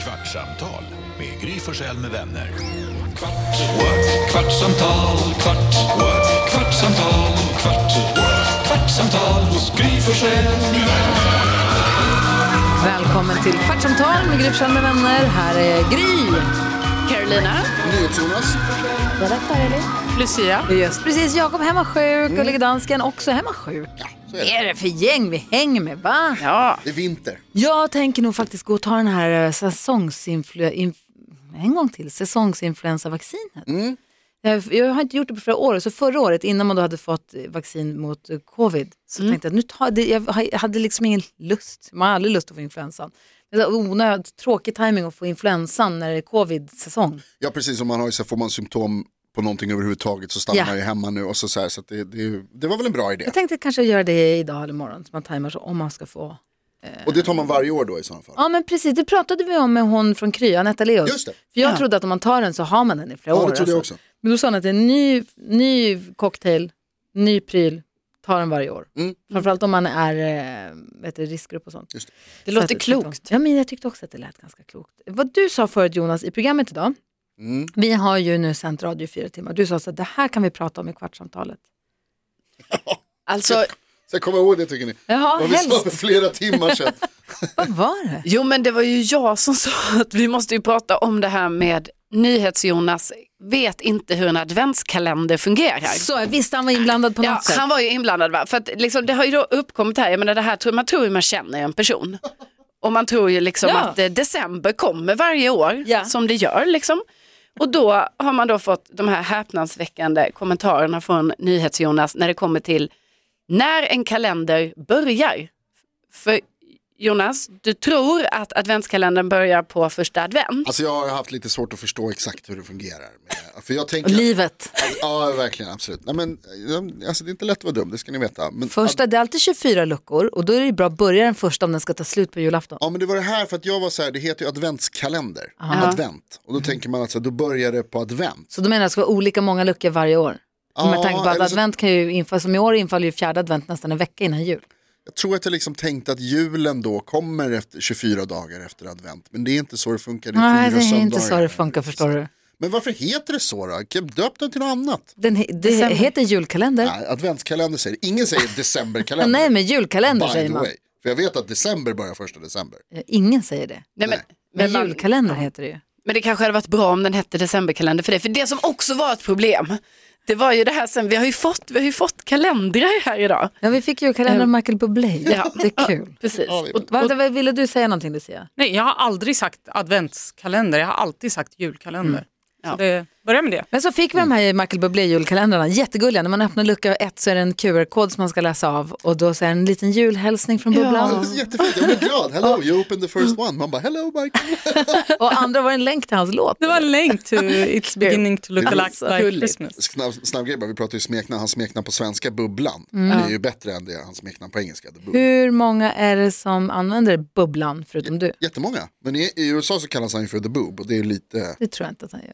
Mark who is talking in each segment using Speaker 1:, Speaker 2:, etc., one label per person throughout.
Speaker 1: Kvartsamtal med Gry Forssell med vänner. Kvart, what? kvartsamtal, kvart, what? kvartsamtal, kvart, what? kvartsamtal hos Gry Forssell med vänner.
Speaker 2: Välkommen till Kvartsamtal med Gry Forssell med vänner. Här är Gry.
Speaker 3: Carolina. Lucia.
Speaker 2: Det är just precis Jakob hemma sjuk och ligger dansken också hemma sjuk.
Speaker 4: Mm. så är
Speaker 2: Vad
Speaker 4: det.
Speaker 2: är det för gäng vi hänger med va?
Speaker 3: Ja.
Speaker 4: Det är vinter.
Speaker 2: Jag tänker nog faktiskt gå och ta den här eh, säsongsinflu... Inf... En gång till, säsongsinfluensavaccinet.
Speaker 4: Mm.
Speaker 2: Jag, jag har inte gjort det på flera år, så förra året innan man då hade fått eh, vaccin mot eh, covid så
Speaker 4: Mm.
Speaker 2: tänkte jag att nu tar det, jag ha- jag hade liksom ingen lust, man har aldrig lust att få influensan. Det är onödigt tråkig timing att få influensan när det är covid-säsong.
Speaker 4: Ja precis som man har ju så får man symptom på någonting överhuvudtaget så stannar
Speaker 2: Ja.
Speaker 4: man ju hemma nu och så, så, här, så att det, det, det var väl en bra idé.
Speaker 2: Jag tänkte kanske göra det idag eller imorgon så man tajmar så om man ska få.
Speaker 4: Och det tar man varje år då i sådana fall.
Speaker 2: Mm. Ja men precis, det pratade vi om med hon från Kry, Anette Leos.
Speaker 4: Just det.
Speaker 2: För jag trodde att om man tar den så har man den i flera
Speaker 4: Ja,
Speaker 2: år.
Speaker 4: det trodde jag
Speaker 2: alltså.
Speaker 4: också.
Speaker 2: Men då sa hon att det är en ny, ny cocktail, ny pryl, tar den varje år.
Speaker 4: Mm.
Speaker 2: Framförallt om man är eh, vet du, riskgrupp och sånt.
Speaker 4: Just det.
Speaker 3: Det
Speaker 2: Så
Speaker 3: låter
Speaker 2: att-
Speaker 3: klokt.
Speaker 2: Ja men jag tyckte också att det lät ganska klokt. Vad du sa förut Jonas i programmet idag,
Speaker 4: Mm.
Speaker 2: vi har ju nu sänt radio i fyra timmar, du sa så att det här kan vi prata om i kvartsamtalet.
Speaker 3: Alltså,
Speaker 4: Så jag kommer ihåg det tycker ni.
Speaker 2: Ja,
Speaker 4: Vad vi sa för
Speaker 2: helst.
Speaker 4: flera timmar sedan.
Speaker 2: Vad var det?
Speaker 3: jo men det var ju jag som sa att vi måste ju prata om det här med NyhetsJonas vet inte hur en adventskalender fungerar.
Speaker 2: Så jag visste han var inblandad på
Speaker 3: Ja,
Speaker 2: något sätt.
Speaker 3: han var ju inblandad va? För att liksom, det har ju då uppkommit här, jag menar det här tror, man tror ju man känner en person. Och man tror ju liksom
Speaker 2: Ja.
Speaker 3: att eh, december kommer varje år
Speaker 2: Ja.
Speaker 3: som det gör liksom. Och då har man då fått de här häpnadsväckande kommentarerna från NyhetsJonas när det kommer till när en kalender börjar. För Jonas, du tror att adventskalendern börjar på första advent.
Speaker 4: Alltså jag har haft lite svårt att förstå exakt hur det fungerar. Men, För jag
Speaker 2: Och
Speaker 4: tänker,
Speaker 2: Livet.
Speaker 4: ja verkligen absolut. Nej, men, eh, alltså, det är inte lätt att vara dum, det ska ni veta. Men,
Speaker 2: Första, det är alltid 24 luckor och då är det ju bra att börja den första om den ska ta slut på julafton.
Speaker 4: Ja men det var det här för att jag var så här, det heter ju adventskalender,
Speaker 2: Aha.
Speaker 4: advent. Och då tänker man att så här, då börjar det på advent.
Speaker 2: Så du menar att det ska vara olika många luckor varje år?
Speaker 4: Ja,
Speaker 2: Med tanke på att
Speaker 4: eller så-
Speaker 2: advent kan ju infalla, som i år infaller ju fjärde advent nästan en vecka innan jul.
Speaker 4: Jag tror att jag liksom tänkte att julen då kommer efter 24 dagar efter advent. Men det är inte så det funkar. Det är
Speaker 2: Nej, det
Speaker 4: fyra
Speaker 2: är inte så
Speaker 4: söndagar.
Speaker 2: det funkar förstår du.
Speaker 4: Men varför heter det så då? Kan- Döp den till något annat.
Speaker 2: Den, he- det
Speaker 3: December.
Speaker 2: heter julkalender.
Speaker 4: Nej, adventskalender säger det. Ingen säger
Speaker 2: Nej,
Speaker 4: decemberkalender.
Speaker 2: Nej men julkalender
Speaker 4: by
Speaker 2: säger
Speaker 4: the
Speaker 2: man.
Speaker 4: way. För jag vet att december börjar första december.
Speaker 2: Eh, Ingen säger det.
Speaker 3: Nej, men,
Speaker 2: Men,
Speaker 3: man-
Speaker 2: julkalender heter det ju.
Speaker 3: Men det kanske hade varit bra om den hette decemberkalender för det. För det som också var ett problem, det var ju det här sen, vi har ju fått, vi har ju fått kalendrar här idag.
Speaker 2: Ja vi fick julkalender av Michael Bublé.
Speaker 3: Ja.
Speaker 2: Det är kul.
Speaker 3: Precis.
Speaker 4: Ja, vi-
Speaker 3: Och,
Speaker 2: Vad vad ville du säga någonting Lucia?
Speaker 5: Nej, jag har aldrig sagt adventskalender, jag har alltid sagt julkalender.
Speaker 3: Ja.
Speaker 5: Så det, börja med det.
Speaker 2: Men så fick vi
Speaker 4: Mm.
Speaker 2: de här Michael Bublé-julkalendrarna, jättegulliga. När man öppnar lucka ett så är det en QR-kod som man ska läsa av och då så är det en liten julhälsning från
Speaker 4: Ja,
Speaker 2: Bubblan.
Speaker 4: det är jättefint, jag blev glad. Hello, you opened the first one. Man bara, hello Michael.
Speaker 2: Och andra var en länk till hans låt.
Speaker 5: Det var en länk to It's beginning to look
Speaker 4: Alltså,
Speaker 5: like
Speaker 3: gulligt.
Speaker 5: Christmas.
Speaker 4: Snabb, snabb grej bara, vi pratar ju smeknamn. Hans smeknamn på svenska, Bubblan. Det är ju bättre än det, hans smeknamn på engelska. The Bub.
Speaker 2: Mm. Hur många är det som använder Bubblan förutom du?
Speaker 4: Jättemånga. Men i, i USA så kallas han ju för The Boob och det är ju lite,
Speaker 2: Det tror jag inte att han gör.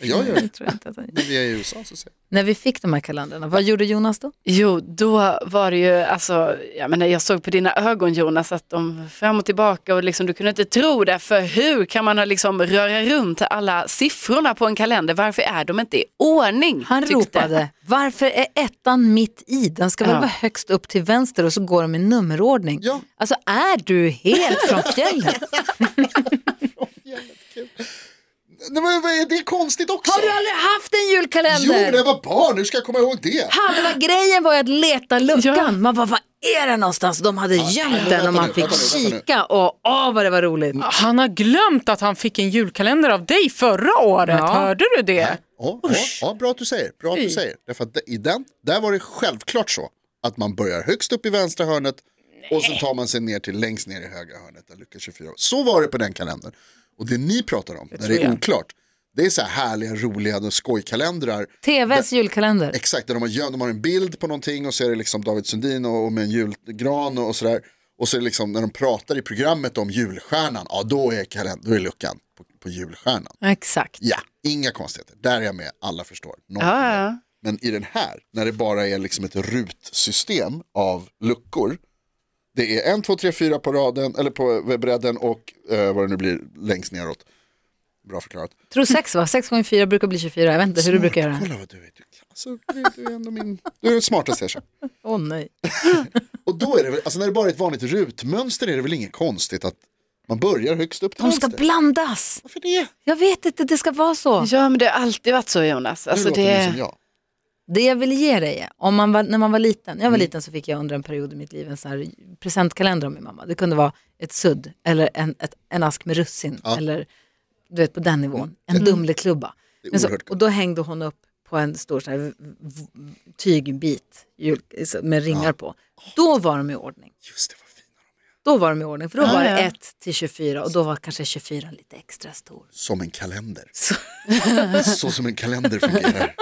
Speaker 4: jag gör det.
Speaker 2: Det tror jag inte att han gör.
Speaker 4: Men vi är i USA så säger jag.
Speaker 2: När vi fick de här kalendrarna, vad gjorde Jonas då?
Speaker 3: jo, då var det ju, alltså, jag, menar, jag såg på dina ögon Jonas att de fram och tillbaka och liksom, du kunde inte tro det. För hur kan man ha liksom röra runt alla siffrorna på en kalender? Varför är de inte i ordning?
Speaker 2: Han
Speaker 3: tyckte-
Speaker 2: ropade, varför är ettan mitt i? Den ska väl
Speaker 3: Ja.
Speaker 2: vara högst upp till vänster och så går de i nummerordning.
Speaker 4: Ja.
Speaker 2: Alltså är du helt från fjällen?
Speaker 4: Nej, men vad är det konstigt också?
Speaker 2: Har du aldrig haft en
Speaker 4: Jo,
Speaker 2: julkalender?
Speaker 4: när jag var barn, hur ska jag komma ihåg det?
Speaker 2: Halva grejen var ju att leta luckan.
Speaker 3: Ja.
Speaker 2: Man bara, vad är det någonstans? De hade gömt den
Speaker 4: men
Speaker 2: och
Speaker 4: vänta
Speaker 2: man
Speaker 4: nu,
Speaker 2: fick
Speaker 4: vänta nu, vänta nu.
Speaker 2: kika och åh vad det var roligt.
Speaker 5: Han har glömt att han fick en julkalender av dig förra året,
Speaker 2: Ja.
Speaker 5: hörde du det?
Speaker 4: Ja, ja, ja, bra att du säger. Bra att du säger. Därför att i den, där var det självklart så att man börjar högst upp i vänstra hörnet och så tar man sig ner till längst ner i högra hörnet där lucka 24. Så var det på den kalendern. Och det ni pratar om, när det är oklart, det är så här härliga, roliga och skojkalendrar.
Speaker 2: TVs julkalender.
Speaker 4: Exakt, där de har, gömt- de har en bild på någonting och så är det liksom David Sundin och, och med en julgran och, och sådär. Och så är det liksom när de pratar i programmet om julstjärnan, ja då är, kalend- då är luckan på, på julstjärnan.
Speaker 2: Exakt.
Speaker 4: Ja, inga konstigheter. Där är jag med, alla förstår. Noll
Speaker 3: Ja,
Speaker 4: problem.
Speaker 3: ja.
Speaker 4: Men i den här, när det bara är liksom ett rutsystem av luckor, Det är en, två, tre, fyra på raden, eller på bredden och eh, vad det nu blir längst neråt. Bra förklarat.
Speaker 2: Tror sex va? Sex gånger fyra brukar bli 24. Jag vet inte hur du brukar göra.
Speaker 4: Kolla vad du är duktig. Alltså, du, du är ändå min... Du är den smartaste jag känner.
Speaker 2: Åh nej.
Speaker 4: Och då är det väl, alltså när det bara är ett vanligt rutmönster är det väl inget konstigt att man börjar högst upp till
Speaker 2: De ska
Speaker 4: vänster.
Speaker 2: blandas.
Speaker 4: Varför det?
Speaker 2: Jag vet inte, det ska vara så.
Speaker 3: Ja men det har alltid varit så Jonas. Alltså,
Speaker 4: nu låter
Speaker 3: det...
Speaker 4: du som jag.
Speaker 2: Det jag vill ge dig, är, om man var, när man var liten, när jag var liten så fick jag under en period i mitt liv en sån här presentkalender av min mamma. Det kunde vara ett sudd eller en, ett, en ask med russin eller du vet på den nivån, en Dumleklubba. Men så,
Speaker 4: oerhört gott.
Speaker 2: och då hängde hon upp på en stor sån här v- v- tygbit jul, så- med ringar på. Då var de i ordning.
Speaker 4: Just det, vad fina de är.
Speaker 2: Då var de i ordning, för då var det
Speaker 3: ja.
Speaker 2: 1 till 24 och då var kanske 24 lite extra stor.
Speaker 4: Som en kalender. Så, som en kalender fungerar.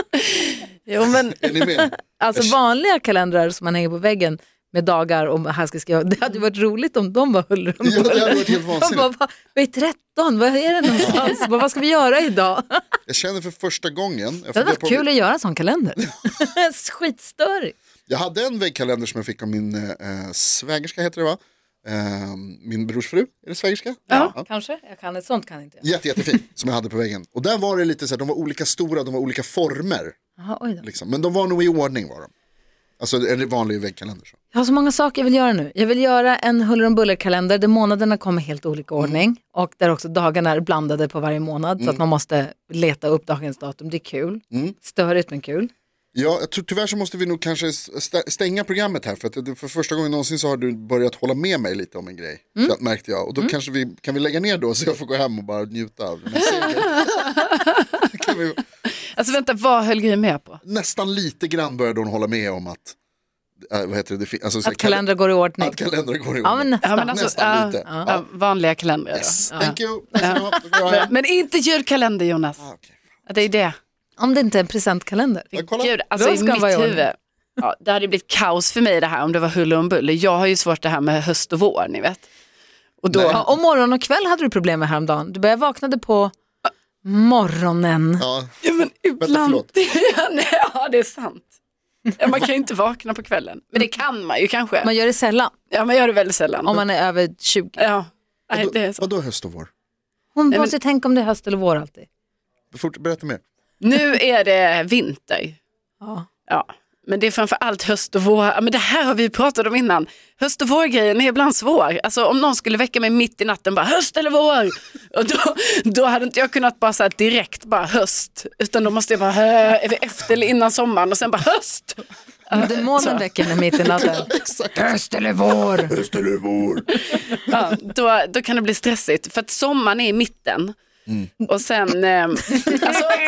Speaker 3: Jo, men...
Speaker 4: Är ni med?
Speaker 2: Alltså vanliga kalendrar som man hänger på väggen med dagar och här ska skriva. Det hade ju varit roligt om de bara höll om
Speaker 4: Ja, det hade varit helt vansinnigt.
Speaker 2: Vad vad är 13? Vad är det någonstans? Vad vad ska vi göra idag?
Speaker 4: Jag känner för första gången. Jag,
Speaker 2: Det hade
Speaker 4: funderar
Speaker 2: varit
Speaker 4: på,
Speaker 2: kul att göra en sån kalender. Skitstörigt.
Speaker 4: jag hade en väggkalender som jag fick av min eh, svägerska, heter det va? Eh, min brors fru, är det svägerska?
Speaker 3: Ja.
Speaker 2: Kanske, jag kan ett sånt kan inte jag.
Speaker 4: Jätte, jättefin, som jag hade på väggen. Och där var det lite så här, de var olika stora, de var olika former.
Speaker 2: Aha, oj då.
Speaker 4: Liksom. Men de var nog i ordning var de. Alltså en vanlig väggkalender. Så.
Speaker 2: Jag har så många saker jag vill göra nu. Jag vill göra en huller om buller-kalender där månaderna kommer i helt olika ordning och där också dagarna är blandade på varje månad så att man måste leta upp dagens datum. Det är kul. Störigt men kul.
Speaker 4: Ja, jag tror, tyvärr så måste vi nog kanske st- stänga programmet här för att det- för första gången någonsin så har du börjat hålla med mig lite om en grej.
Speaker 3: Mm.
Speaker 4: Så att, märkte jag. Och då kanske vi kan vi lägga ner då så jag får gå hem och bara njuta av den här segern. kan vi,
Speaker 3: Alltså vänta, vad höll Gry med på?
Speaker 4: Nästan lite grann började hon hålla med om att, äh, vad heter det, det fin- alltså, så här,
Speaker 2: Att kalendrar går i ordning.
Speaker 4: att kalendrar går ihop.
Speaker 2: Ja, men nästan.
Speaker 3: Ja, men alltså,
Speaker 4: Nästan
Speaker 3: ja,
Speaker 4: lite.
Speaker 3: ja, ja, vanliga kalendrar. då.
Speaker 4: Yes,
Speaker 3: Ja.
Speaker 4: thank you. Ja. Då går jag hem.
Speaker 3: Men inte julkalender Jonas.
Speaker 4: okej,
Speaker 3: Det är det.
Speaker 2: Om det inte är en presentkalender.
Speaker 4: Jag kollar.
Speaker 3: Gud, alltså
Speaker 2: Då
Speaker 3: i
Speaker 2: ska
Speaker 3: mitt
Speaker 2: man göra
Speaker 3: huvud. Ja, det hade blivit kaos för mig det här om det var huller om buller. Jag har ju svårt det här med höst och vår, ni vet. Och då,
Speaker 2: Ja, och morgon och kväll hade du problem med häromdagen. Du började vaknade på morgonen.
Speaker 4: Ja,
Speaker 3: ja, men
Speaker 4: vänta,
Speaker 3: ibland.
Speaker 4: förlåt.
Speaker 3: ja, nej, ja, det är sant. Ja, man kan ju inte vakna på kvällen. Men det kan man ju kanske.
Speaker 2: Man gör det sällan
Speaker 3: Ja, man gör det väldigt sällan.
Speaker 2: om man är över 20.
Speaker 3: Ja, nej, det är så.
Speaker 4: Vadå höst och vår?
Speaker 2: Hon
Speaker 3: men-
Speaker 2: måste tänka om det är höst eller vår alltid.
Speaker 4: Fort, berätta mer.
Speaker 3: Nu är det vinter.
Speaker 2: Ja.
Speaker 3: Ja, men det är framför allt höst och vår. Ja, Men det här har vi ju pratat om innan. Höst och vår-grejen är ibland svår. Alltså om någon skulle väcka mig mitt i natten bara höst eller vår. Och då, då hade inte jag kunnat bara så här direkt bara höst. Utan då måste jag bara "Hö, är vi efter eller innan sommaren och sen bara höst.
Speaker 2: Demonen väcker henne mitt i natten. Höst eller vår?
Speaker 4: Höst eller vår?
Speaker 3: Ja, då, då kan det bli stressigt. För att sommaren är i mitten.
Speaker 4: Mm.
Speaker 3: Och sen, eh, alltså,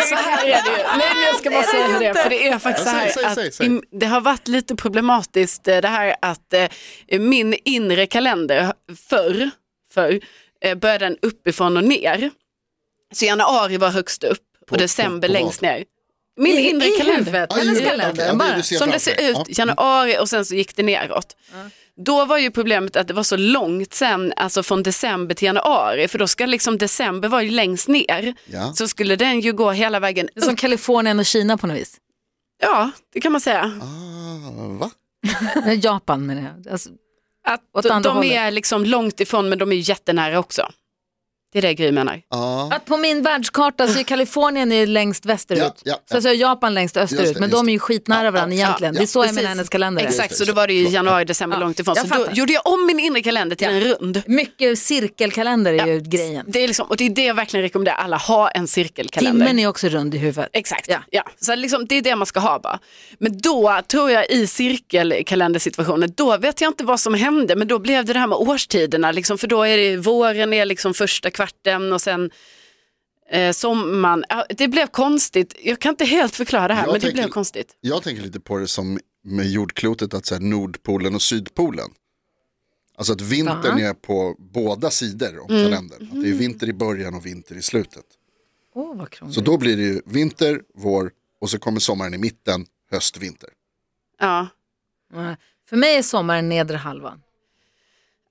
Speaker 3: så här är det ju. Nej men jag ska bara säga det, för det är faktiskt så
Speaker 4: Ja,
Speaker 3: här
Speaker 4: säg, säg,
Speaker 3: att
Speaker 4: säg, säg.
Speaker 3: im- det har varit lite problematiskt eh, det här att eh, min inre kalender förr, förr eh, började den uppifrån och ner. Så januari var högst upp
Speaker 4: På-
Speaker 3: och december
Speaker 4: på- på
Speaker 3: längst ner. Min
Speaker 2: I-
Speaker 3: inre
Speaker 2: i
Speaker 3: kalender.
Speaker 2: huvudet. Hennes
Speaker 4: Aj,
Speaker 2: kalender.
Speaker 4: okej, ja,
Speaker 2: bara.
Speaker 4: du ser
Speaker 3: Som det
Speaker 4: framför
Speaker 3: ser
Speaker 4: dig.
Speaker 3: ut, januari och sen så gick det neråt. Då var ju problemet att det var så långt sen, alltså från december till januari, för då ska liksom december vara ju längst ner.
Speaker 4: Ja.
Speaker 3: Så skulle den ju gå hela vägen
Speaker 2: Det är som
Speaker 3: upp.
Speaker 2: Kalifornien och Kina på något vis.
Speaker 3: Ja, det kan man säga.
Speaker 4: Ah, va?
Speaker 2: Nej, Japan menar jag. Alltså,
Speaker 3: Att
Speaker 2: Åt
Speaker 3: de,
Speaker 2: andra
Speaker 3: de är liksom långt ifrån men de är ju jättenära också. Det är det Gry menar.
Speaker 4: Ah.
Speaker 2: att på min världskarta så är Kalifornien är längst västerut.
Speaker 4: Ja, ja, ja.
Speaker 2: Sen så är Japan längst
Speaker 4: Just
Speaker 2: österut.
Speaker 4: det,
Speaker 2: Men
Speaker 4: just
Speaker 2: de
Speaker 4: det.
Speaker 2: är ju skitnära varandra egentligen. Det är så jag
Speaker 3: Precis.
Speaker 2: menar hennes kalender. är.
Speaker 3: Exakt, så
Speaker 4: just
Speaker 3: då
Speaker 4: det.
Speaker 3: var det ju januari, december långt ifrån.
Speaker 2: jag
Speaker 3: Så då
Speaker 2: fattar.
Speaker 3: gjorde jag om min inre kalender till
Speaker 2: Ja.
Speaker 3: en rund.
Speaker 2: Mycket cirkelkalender är ju grejen.
Speaker 3: Det är liksom, och det är det jag verkligen rekommenderar alla, ha en cirkelkalender.
Speaker 2: Timmen är också rund i huvudet.
Speaker 3: Exakt, ja.
Speaker 2: Ja.
Speaker 3: Så liksom, det är det man ska ha bara. Men då tror jag i cirkelkalendersituationen, då vet jag inte vad som hände, men då blev det det här med årstiderna, liksom, för då är det våren är liksom första kvarten och sen eh, sommaren. Ja, det blev konstigt, jag kan inte helt förklara det här,
Speaker 4: Jag
Speaker 3: men det
Speaker 4: tänker-
Speaker 3: blev konstigt.
Speaker 4: Jag tänker lite på det som med jordklotet, att så här, Nordpolen och Sydpolen. Alltså att vintern är på båda sidor om
Speaker 5: Mm.
Speaker 4: kalendern. Att det
Speaker 5: Mhm.
Speaker 4: är vinter i början och vinter i slutet.
Speaker 2: Åh, vad krångligt.
Speaker 4: Så då blir det ju vinter, vår och så kommer sommaren i mitten, höst, vinter.
Speaker 3: Ja.
Speaker 2: För mig är sommaren nedre halvan.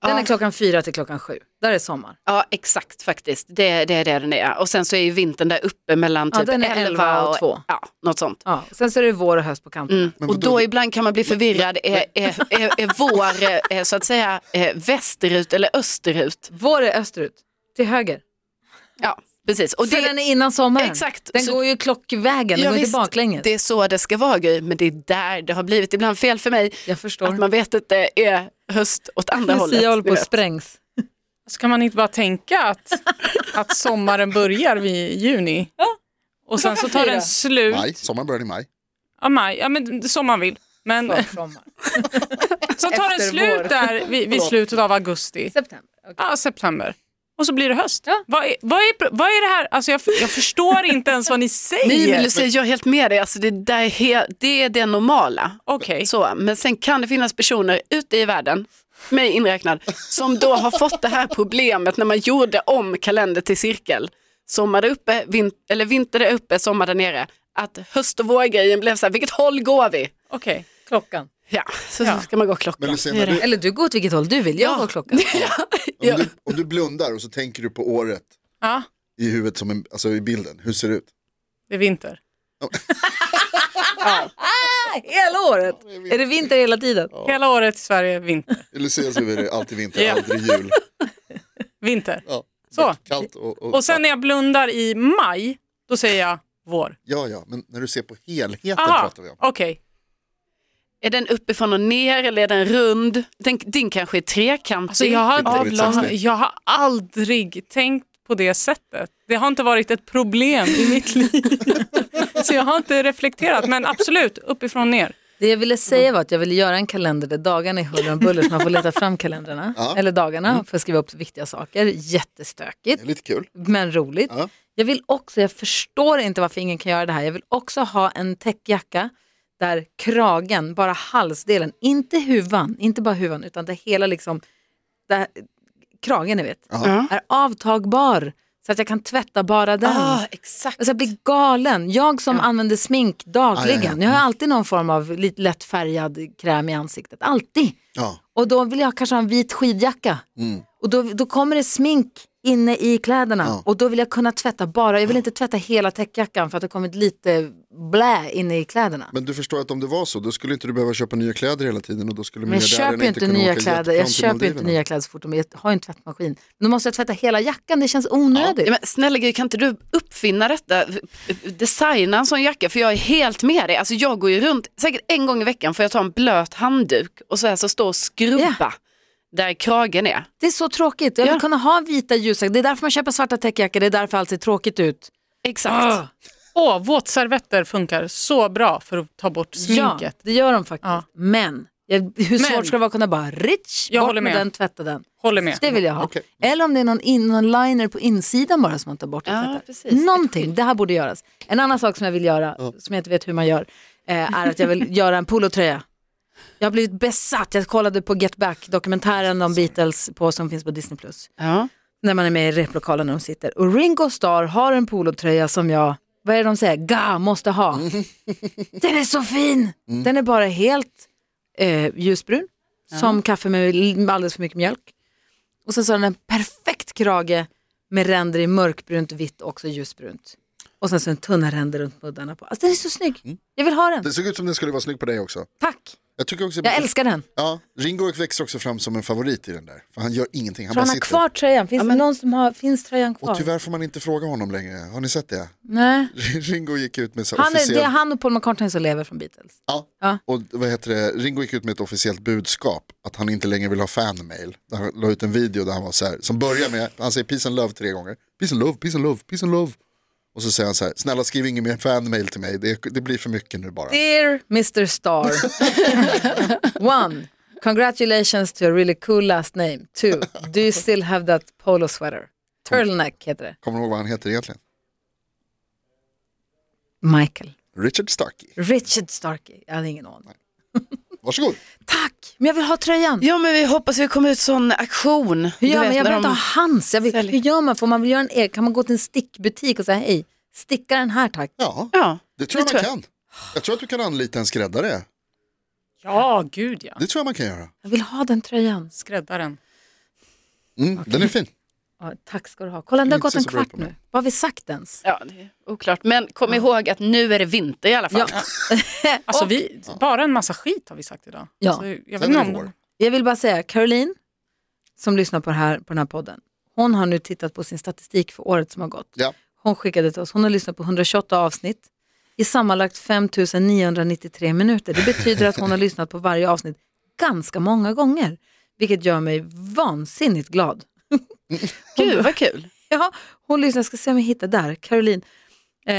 Speaker 2: Den är klockan fyra till klockan sju. Där är sommar.
Speaker 3: Ja, exakt faktiskt. Det, det är det den är. Och sen så är ju vintern där uppe mellan
Speaker 2: Ja,
Speaker 3: typ
Speaker 2: den är 11 och 2.
Speaker 3: Ja, något sånt.
Speaker 2: Ja. Sen så är det vår och höst på kanterna.
Speaker 4: Men
Speaker 3: och
Speaker 4: vadå,
Speaker 3: då
Speaker 4: det-
Speaker 3: ibland kan man bli förvirrad. Är, är, är, är vår eh, eh, så att säga eh, västerut eller österut?
Speaker 2: Vår är österut, till höger.
Speaker 3: Ja, precis. Och
Speaker 2: Och den är innan sommaren.
Speaker 3: Exakt.
Speaker 2: Den
Speaker 3: Så-
Speaker 2: går ju klockvägen, den
Speaker 3: Ja,
Speaker 2: går
Speaker 3: visst,
Speaker 2: inte baklänges.
Speaker 3: Det är så det ska vara Gry, men det är där det har blivit ibland fel för mig.
Speaker 2: Jag
Speaker 3: Att
Speaker 2: förstår.
Speaker 3: man vet att det är höst åt andra hållet.
Speaker 2: Lucia håller på
Speaker 3: ni
Speaker 2: att
Speaker 3: vet.
Speaker 2: sprängs.
Speaker 5: Ska man inte bara tänka att, att sommaren börjar vid juni? Och sen så tar den slut.
Speaker 4: Maj, sommaren börjar i maj.
Speaker 5: Ja, maj. Ja, men som man vill. Men
Speaker 2: Sommar.
Speaker 5: så tar
Speaker 2: Efter
Speaker 5: den
Speaker 2: vår.
Speaker 5: slut där vid, vid slutet av augusti.
Speaker 2: September. Okej.
Speaker 5: Ja, september. Och så blir det höst.
Speaker 2: Ja.
Speaker 5: Vad, är, vad, är, vad är det här? Alltså jag, jag förstår inte ens vad ni
Speaker 3: Nej, men
Speaker 5: säger.
Speaker 3: Lucia, jag är helt med dig. Alltså, det, där är he- det är det normala.
Speaker 5: Okej.
Speaker 3: Så, men sen kan det finnas personer ute i världen, mig inräknad, som då har fått det här problemet när man gjorde om kalender till cirkel. Sommar där uppe, vin- eller vinter där uppe, sommar där nere. Att höst och vårgrejen blev så här, vilket håll går vi?
Speaker 5: Okej.
Speaker 2: Klockan.
Speaker 3: Ja, så
Speaker 5: Ja.
Speaker 3: ska man gå klockan.
Speaker 4: Men Lucia,
Speaker 3: Det är
Speaker 4: när
Speaker 3: det.
Speaker 4: du,
Speaker 2: Eller du går åt vilket håll du vill, jag går klockan.
Speaker 3: Ja.
Speaker 4: om, du, om du blundar och så tänker du på året
Speaker 5: Ja,
Speaker 4: i huvudet, som en, alltså i bilden, hur ser det ut?
Speaker 5: det är vinter.
Speaker 2: Hela året! Är det vinter hela tiden?
Speaker 5: Hela året i Sverige, vinter.
Speaker 4: I Lucias huvud är det alltid vinter,
Speaker 5: Ja.
Speaker 4: aldrig jul.
Speaker 5: vinter.
Speaker 4: Ja.
Speaker 5: Så.
Speaker 4: Kallt och, och,
Speaker 5: Och sen när jag blundar i maj, då säger jag vår.
Speaker 4: Ja, ja, men när du ser på helheten
Speaker 5: Aha,
Speaker 4: pratar vi om.
Speaker 5: okej.
Speaker 3: Är den uppifrån och ner eller är den rund? Den, din kanske är trekantig.
Speaker 5: Alltså jag, har
Speaker 4: Vilket dåligt
Speaker 5: avlång,
Speaker 4: samspel.
Speaker 5: jag har aldrig tänkt på det sättet. Det har inte varit ett problem i mitt liv. Så jag har inte reflekterat, men absolut, uppifrån ner.
Speaker 2: Det jag ville säga var att jag ville göra en kalender där dagarna är huller om buller så man får leta fram kalendrarna,
Speaker 4: Ja.
Speaker 2: eller dagarna, för att skriva upp viktiga saker. Jättestökigt,
Speaker 4: Det är lite kul.
Speaker 2: men roligt.
Speaker 4: Ja.
Speaker 2: Jag vill också, jag förstår inte varför ingen kan göra det här, jag vill också ha en täckjacka där kragen, bara halsdelen, inte huvan, inte bara huvan, utan det hela liksom, där, kragen ni vet,
Speaker 4: Ja.
Speaker 2: är avtagbar. Så att jag kan tvätta bara den.
Speaker 3: Ah, exakt.
Speaker 2: Alltså jag blir galen. Jag som använder smink dagligen.
Speaker 4: Ah, ja, ja.
Speaker 2: Jag har alltid någon form av lite lätt färgad kräm i ansiktet. Alltid.
Speaker 4: Ja.
Speaker 2: Och då vill jag kanske ha en vit skidjacka. Och då, då kommer det smink inne i kläderna.
Speaker 4: Mm. Ja.
Speaker 2: Och då vill jag kunna tvätta bara. Jag vill inte tvätta hela täckjackan för att det har kommit lite blä inne i kläderna.
Speaker 4: Men du förstår att om det var så, då skulle inte du behöva köpa nya kläder hela tiden och då skulle
Speaker 2: Men jag
Speaker 4: miljardären
Speaker 2: köper ju inte
Speaker 4: kunna
Speaker 2: nya
Speaker 4: åka
Speaker 2: kläder.
Speaker 4: jetplan
Speaker 2: Jag
Speaker 4: till
Speaker 2: köper ju inte
Speaker 4: Maldiverna.
Speaker 2: nya kläder så fort de är- jag har ju en tvättmaskin. Men då måste jag tvätta hela jackan. Det känns onödigt.
Speaker 3: Ja, men snälla Gry, kan inte du uppfinna detta? Designa en sån jacka, för jag är helt med dig. Alltså, jag går ju runt, säkert en gång i veckan får jag ta en blöt handduk och så här så stå och skrubba
Speaker 2: Ja.
Speaker 3: där kragen är.
Speaker 2: Det är så tråkigt. Jag vill
Speaker 3: Ja.
Speaker 2: kunna ha vita ljusjackor. Det är därför man köper svarta täckjackor. Det är därför allt ser tråkigt ut.
Speaker 3: Exakt.
Speaker 2: Ah.
Speaker 5: Åh, våtservetter funkar så bra för att ta bort
Speaker 2: Ja,
Speaker 5: sminket.
Speaker 2: det gör de faktiskt.
Speaker 5: Ja.
Speaker 2: Men jag, hur svårt ska det vara att kunna bara rich,
Speaker 5: Jag
Speaker 2: bort
Speaker 5: håller
Speaker 2: med.
Speaker 5: med.
Speaker 2: den, tvätta den.
Speaker 5: Håller med.
Speaker 2: Det vill jag ha.
Speaker 4: Okej.
Speaker 2: Eller om det är någon, in, någon liner på insidan bara som man tar bort och
Speaker 3: Ja,
Speaker 2: tvättar.
Speaker 3: precis.
Speaker 2: Någonting, det här borde göras. En annan sak som jag vill göra, som jag inte vet hur man gör, eh, är att jag vill göra en polotröja. Jag har blivit besatt, jag kollade på Get Back, dokumentären om Beatles på, som finns på Disney+. Plus
Speaker 3: Ja.
Speaker 2: när man är med i replokalen när de sitter. Och Ringo Starr har en polotröja som jag, vad är det de säger, ga, måste ha. Den är så fin!
Speaker 4: Mm.
Speaker 2: Den är bara helt eh, ljusbrun, som kaffe med med alldeles för mycket mjölk. Och sen så har den en perfekt krage med ränder i mörkbrunt, vitt och också ljusbrunt. Och sen så en tunna ränder runt muddarna på. Alltså den är så snygg, jag vill ha den.
Speaker 4: Mm. Det såg ut som den skulle vara snygg på dig också.
Speaker 2: Tack,
Speaker 4: Jag, tycker också,
Speaker 2: jag älskar den.
Speaker 4: Ja, Ringo växer också fram som en favorit i den där. För han gör ingenting, han
Speaker 2: För
Speaker 4: bara
Speaker 2: han har
Speaker 4: sitter.
Speaker 2: kvar tröjan, finns det någon som har, finns tröjan kvar?
Speaker 4: Och tyvärr får man inte fråga honom längre. Har ni sett det?
Speaker 2: Nej.
Speaker 4: Ringo gick ut med så
Speaker 2: Han är,
Speaker 4: officiellt...
Speaker 2: det är han och Paul McCartney som lever från Beatles.
Speaker 4: Ja.
Speaker 2: Ja.
Speaker 4: Och vad heter det, Ringo gick ut med ett officiellt budskap att han inte längre vill ha fanmail. Där Han la ut en video där han var så här, som börjar med, han säger peace and love tre gånger. Peace and love, peace and love, peace and love. Och så säger han så här, snälla skriv ingen mer fanmail till mig, det, det blir för mycket nu bara.
Speaker 2: Dear Mr. Star. One, congratulations to a really cool last name. Two, do you still have that polo sweater? Turtleneck heter det.
Speaker 4: Kommer du ihåg vad han heter egentligen?
Speaker 2: Michael.
Speaker 4: Richard Starkey.
Speaker 2: Richard Starkey. Jag hade ingen aning.
Speaker 4: Varsågod.
Speaker 2: Tack, men jag vill ha tröjan.
Speaker 3: ja, men vi hoppas det kommer ut sån aktion.
Speaker 2: Hur gör
Speaker 3: Du vet,
Speaker 2: man? Jag
Speaker 3: när
Speaker 2: vill inte
Speaker 3: de-
Speaker 2: ha hans. Jag vill,
Speaker 3: säljer.
Speaker 2: hur gör man? Får man väl göra en egen? Kan man gå till en stickbutik och säga hej, sticka den här tack.
Speaker 4: Ja,
Speaker 3: Ja.
Speaker 4: det tror jag
Speaker 3: Det
Speaker 4: man
Speaker 3: tror
Speaker 4: kan. Jag tror att du kan anlita en skräddare.
Speaker 5: Ja, gud ja.
Speaker 4: Det tror jag man kan göra.
Speaker 2: Jag vill ha den tröjan.
Speaker 5: Skräddaren.
Speaker 4: Mm, Den är fin.
Speaker 2: Ja, tack ska du ha. Kolla, det har
Speaker 4: Inte
Speaker 2: gått en
Speaker 4: så bra
Speaker 2: kvart
Speaker 4: på mig.
Speaker 2: nu. Vad har vi sagt ens?
Speaker 3: Ja, det är oklart. Men kom ihåg att nu är det vinter i alla fall.
Speaker 5: Alltså, vi, bara en massa skit har vi sagt idag.
Speaker 2: Ja.
Speaker 5: Så jag vet
Speaker 4: Sen
Speaker 5: inte
Speaker 4: är det
Speaker 5: om
Speaker 4: vår.
Speaker 2: Jag vill bara säga, Caroline, som lyssnar på, det här, på den här podden, hon har nu tittat på sin statistik för året som har gått.
Speaker 4: Ja.
Speaker 2: Hon skickade till oss, hon har lyssnat på 128 avsnitt i sammanlagt 5993 minuter. Det betyder att hon har lyssnat på varje avsnitt ganska många gånger, vilket gör mig vansinnigt glad.
Speaker 3: Gud vad kul.
Speaker 2: Ja, hon lyssnar, jag ska se om jag hittar där, Caroline. Eh,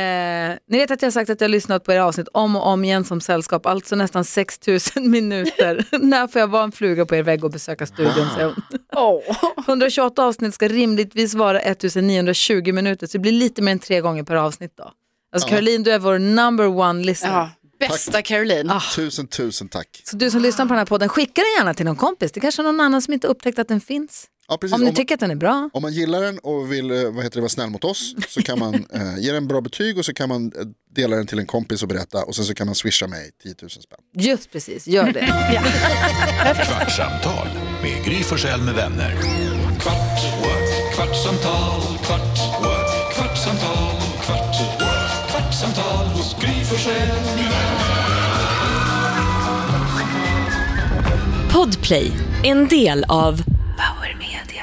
Speaker 2: ni vet att jag har sagt att jag har lyssnat på era avsnitt om och om igen som sällskap, alltså nästan 6000 minuter. När får jag vara en fluga på er vägg och besöka studion, säger hon.
Speaker 3: Åh.
Speaker 2: 128 avsnitt ska rimligtvis vara 1920 minuter, så det blir lite mer än tre gånger per avsnitt då. Alltså Caroline, du är vår number one listener.
Speaker 3: Ja, bästa Caroline.
Speaker 2: Ah.
Speaker 4: Tusen, tusen tack.
Speaker 2: Så du som lyssnar på den här podden, skicka den gärna till någon kompis. Det kanske är någon annan som inte upptäckt att den finns.
Speaker 4: Ja, precis.
Speaker 2: Om ni
Speaker 4: Om,
Speaker 2: tycker att den är bra.
Speaker 4: om man gillar den och vill eh, vad heter det, vara snäll mot oss så kan man eh, ge den bra betyg och så kan man eh, dela den till en kompis och berätta och sen så kan man swisha mig 10 000 spänn.
Speaker 2: Just precis, gör det.
Speaker 1: Kvartsamtal med Gry Forssell med vänner. Kvart, what? kvartsamtal, kvart, what? kvartsamtal, kvart, what? kvartsamtal hos Gry Forssell med vänner.
Speaker 6: Podplay, en del av Power Media.